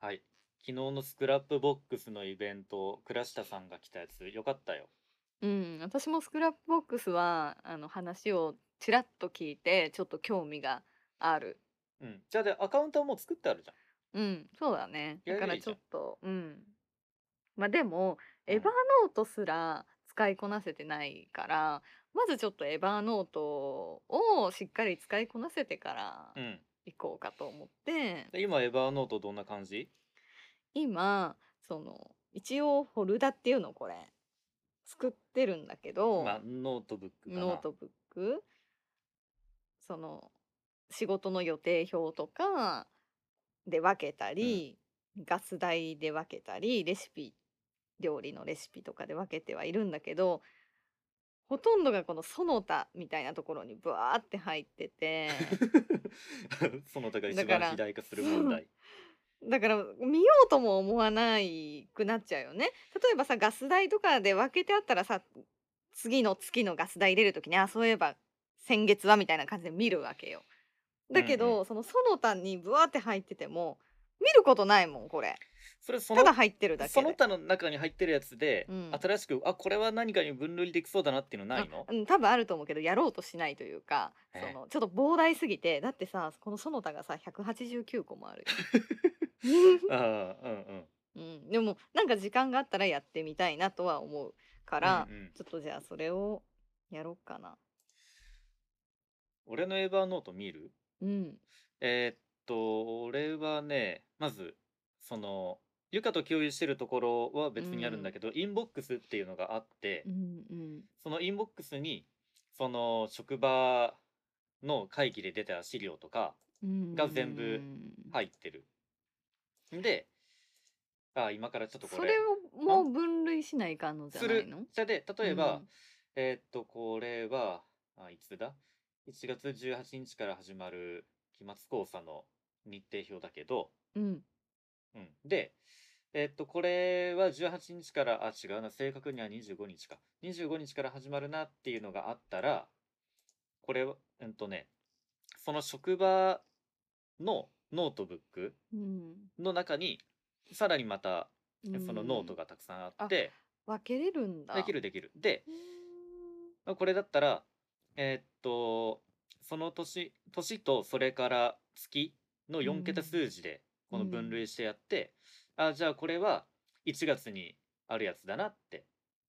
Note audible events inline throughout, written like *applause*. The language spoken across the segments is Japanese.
はい。昨日のスクラップボックスのイベント、倉下さんが来たやつ、よかったよ。うん、私もスクラップボックスはあの話をちらっと聞いてちょっと興味がある。うん。じゃあ、で、アカウントはもう作ってあるじゃん。うん、そうだね。だやればからいいちじょゃっと、うん。まあでん。も、うエヴァん。ノートすら使いこなせてないから、まずちょっとエヴァノートをしっかり使いこなせてからうん。行こうかと思って、で、今、エヴァノートどんな感じ今、その、一応フォルダっていうのこれ、作ってるんだけまあ、ど、ノートブックかノーな。トブック、その、仕事の予定表とかで分けたうん。り、ガス代で分けたり、レシピ、料理のレシピとかで分けてはいるんだけ *laughs* ど、ほとんどがこのその他みたいなところにブワーって入ってて、 *laughs* その他が一だか番肥ら、大化する問そう、題。だから見ようとも思わないくなっちゃうよね。例えばさ、ガス代とかで分けてあったらさ、次の月のガス代入れるときに、あ、そういえば先月はみたいな感じで見るわけよ。うんだうけん。ど、そのその他にブワーって入ってても、見ることないもん、これ。それそただの入ってるだそけので。他の中に入ってるやつでうん。新しくあこれは何かに分類できそうだなっていうのなあ、いのうん、多分あると思うけど、やろうとしないというか、そええの、ちょっと膨大すぎて、だってさ、このその他がさ、189個もあるよ。 *laughs* ああうんうんうん、でもなんか時間があったらやってみたいなとは思うかうんうらんちょっとじゃあそれをやろうかな。俺のエヴァノート見るうん、えーっと俺はねまずそのゆかと共有してるところはう別にあるんだん、けどインボックスっていうのがあってうん、うん、そのインボックスにその職場の会議で出た資料とかうが全部ん。入ってる。であ今からちょっとこそれれをもあう分類しないかんのじゃすないる。の？じゃあで、う例えば、ん、えーっと、これは、あ、いつだ ?1 月18日から始まる期末考査の日程表だけど、うん、うん。で、えーっと、これは18日から、あ、違うな、正確には25日か。25日から始まるなっていうのがあったら、これは、うんとね、その職場のノートブックうん、の中に、さらにまた、うそのノートん。がたくさんあっあ、て、分けれるんできだ。るできる。で、うーんまあこれだったら、えーっと、その年、年とそれから月のう4桁ん、数字で、うこの分類ん、してやって、あ、じゃあこれは1月にあるやつだなって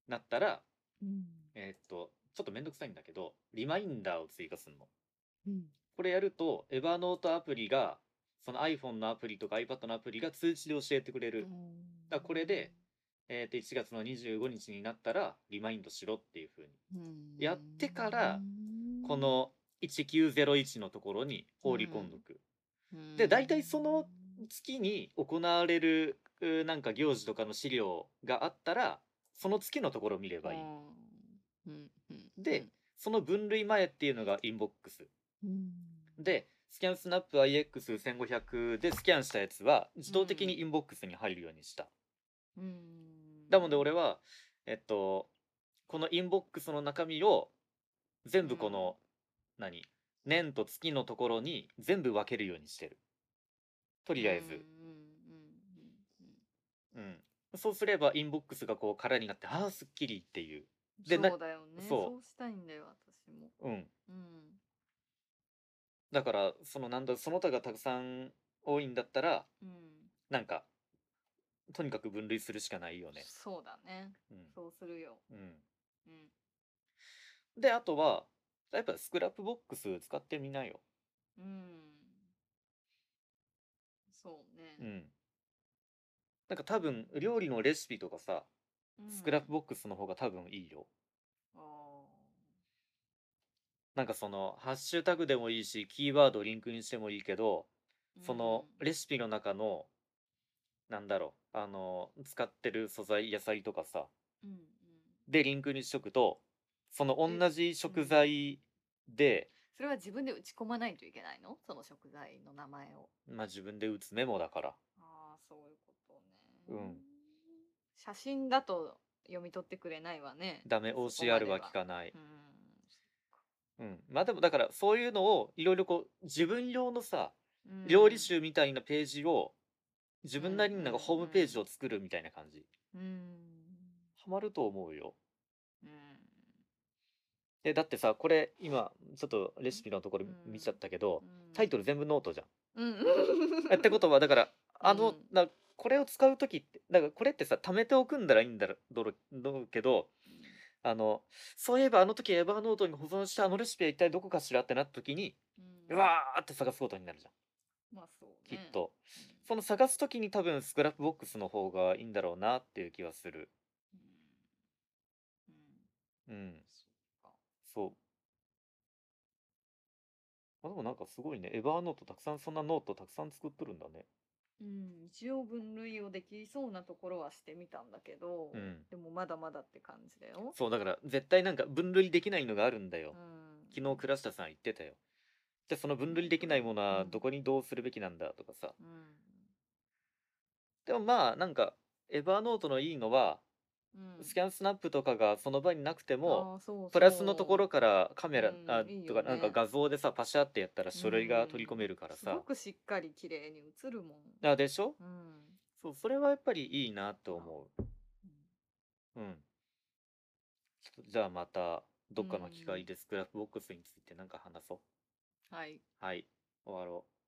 なったら、うん、えーっと、ちょっとめんどくさいんだけど、リマインダーを追加するの。うん。これやると、エヴァノートアプリが、その iPhone のアプリとか iPad のアプリが通知で教えてくれうる。だからこれで、んえーっと、1月の25日になったら、リマインドしろっていうふうに。うやってから、こんの1901のところにう放り込んどんく。うで、大体そのん月に行われるうーなんか行事とかの資料があったら、その月のところを見れうばいい。んうんうで、んその分類前っていうのがインボックス。うんで、スキャンスナップ IX1500 でスキャンしたやつは自う動的にんインボックスに入るようにした。うなので俺んは、えっと、このインボックスの中身を全部この、何年と月のところに全部分けるようにしてる。とうりあえず。んうん。そうすればインボックスがこう空になって、ああ、すっきりっていう。で、な、そうだよねそそうしたいんだよ私もう。うん。うんだから、そのなんだ、その他がたくさん多いんだったら、うんなんか、とにかく分類するしかないよね。そうだねうん。そうするようん。うんで、あとは、やっぱスクラップボックス使ってみなよ。うんそううねん。なんか多分、料理のレシピとかさ、うスクラップんボックスの方が多分いいよ。あーなんかその、ハッシュタグでもいいし、キーワードリンクにしてもいいけど、うその、んレシピの中の、なんだろう、あの、使ってる素材、野菜とかさ、うんうんで、リンクにしとくと、そのえ同じう食ん材で、それは自分で打ち込まないといけないのその食材の名前を。まあ自分で打つメモだから、ああ、そういうことうね。ん、写真だと読み取ってくれないわね。ダメそこま OCR では効は。かない。うーん、そっか。うん。まあでもだから、そういうのを、いろいろこう、自分用のさ、う料理ん、集みたいなページを、自分なりになんかホームページを作るみたいな感じうんハマると思うようんでだってさこれ今ちょっとレシピのところうん見ちゃったけどタイトル全部ノートじゃんうん *laughs* えってことはだからあの、うんなこれを使う時ってだからこれってさ貯めておくんだらいいんだろどろどろうけどあのそういえばあの時エヴァーノートに保存したあのレシピは一体どこかしらってなった時にうわーって探すことになるじゃんまあそうきっねと、その探す時に多分スクラップボックスの方がいいんだろうなっていう気はするうんうんうんそっかそうあでもなんかすごいねエヴァーノートたくさんそんなノートたくさん作っとるんだねうん、一応分類をできそうなところはしてみたんだけど、うんでもまだまだって感じだよ。そうだから絶対なんか分類できないのがあるんだよ、うん昨日倉下さん言ってたよじゃあその分類できないものはうんどこにどうするべきなんだとかさ、うんでもまあなんかエヴァーノートのいいのはうん、スキャンスナップとかがその場になくてもあーそうそうプラスのところからカメラ、うんあいいよねとかなんか画像でさパシャってやったら書類が取り込めるからすさご、くしっかり綺麗に映るもん。あでしょうんそうそれはやっぱりいいなと思ううんちょっとじゃあまたどっかの機会でスクラップボックスについてなんか話そう、はい。はい終わろう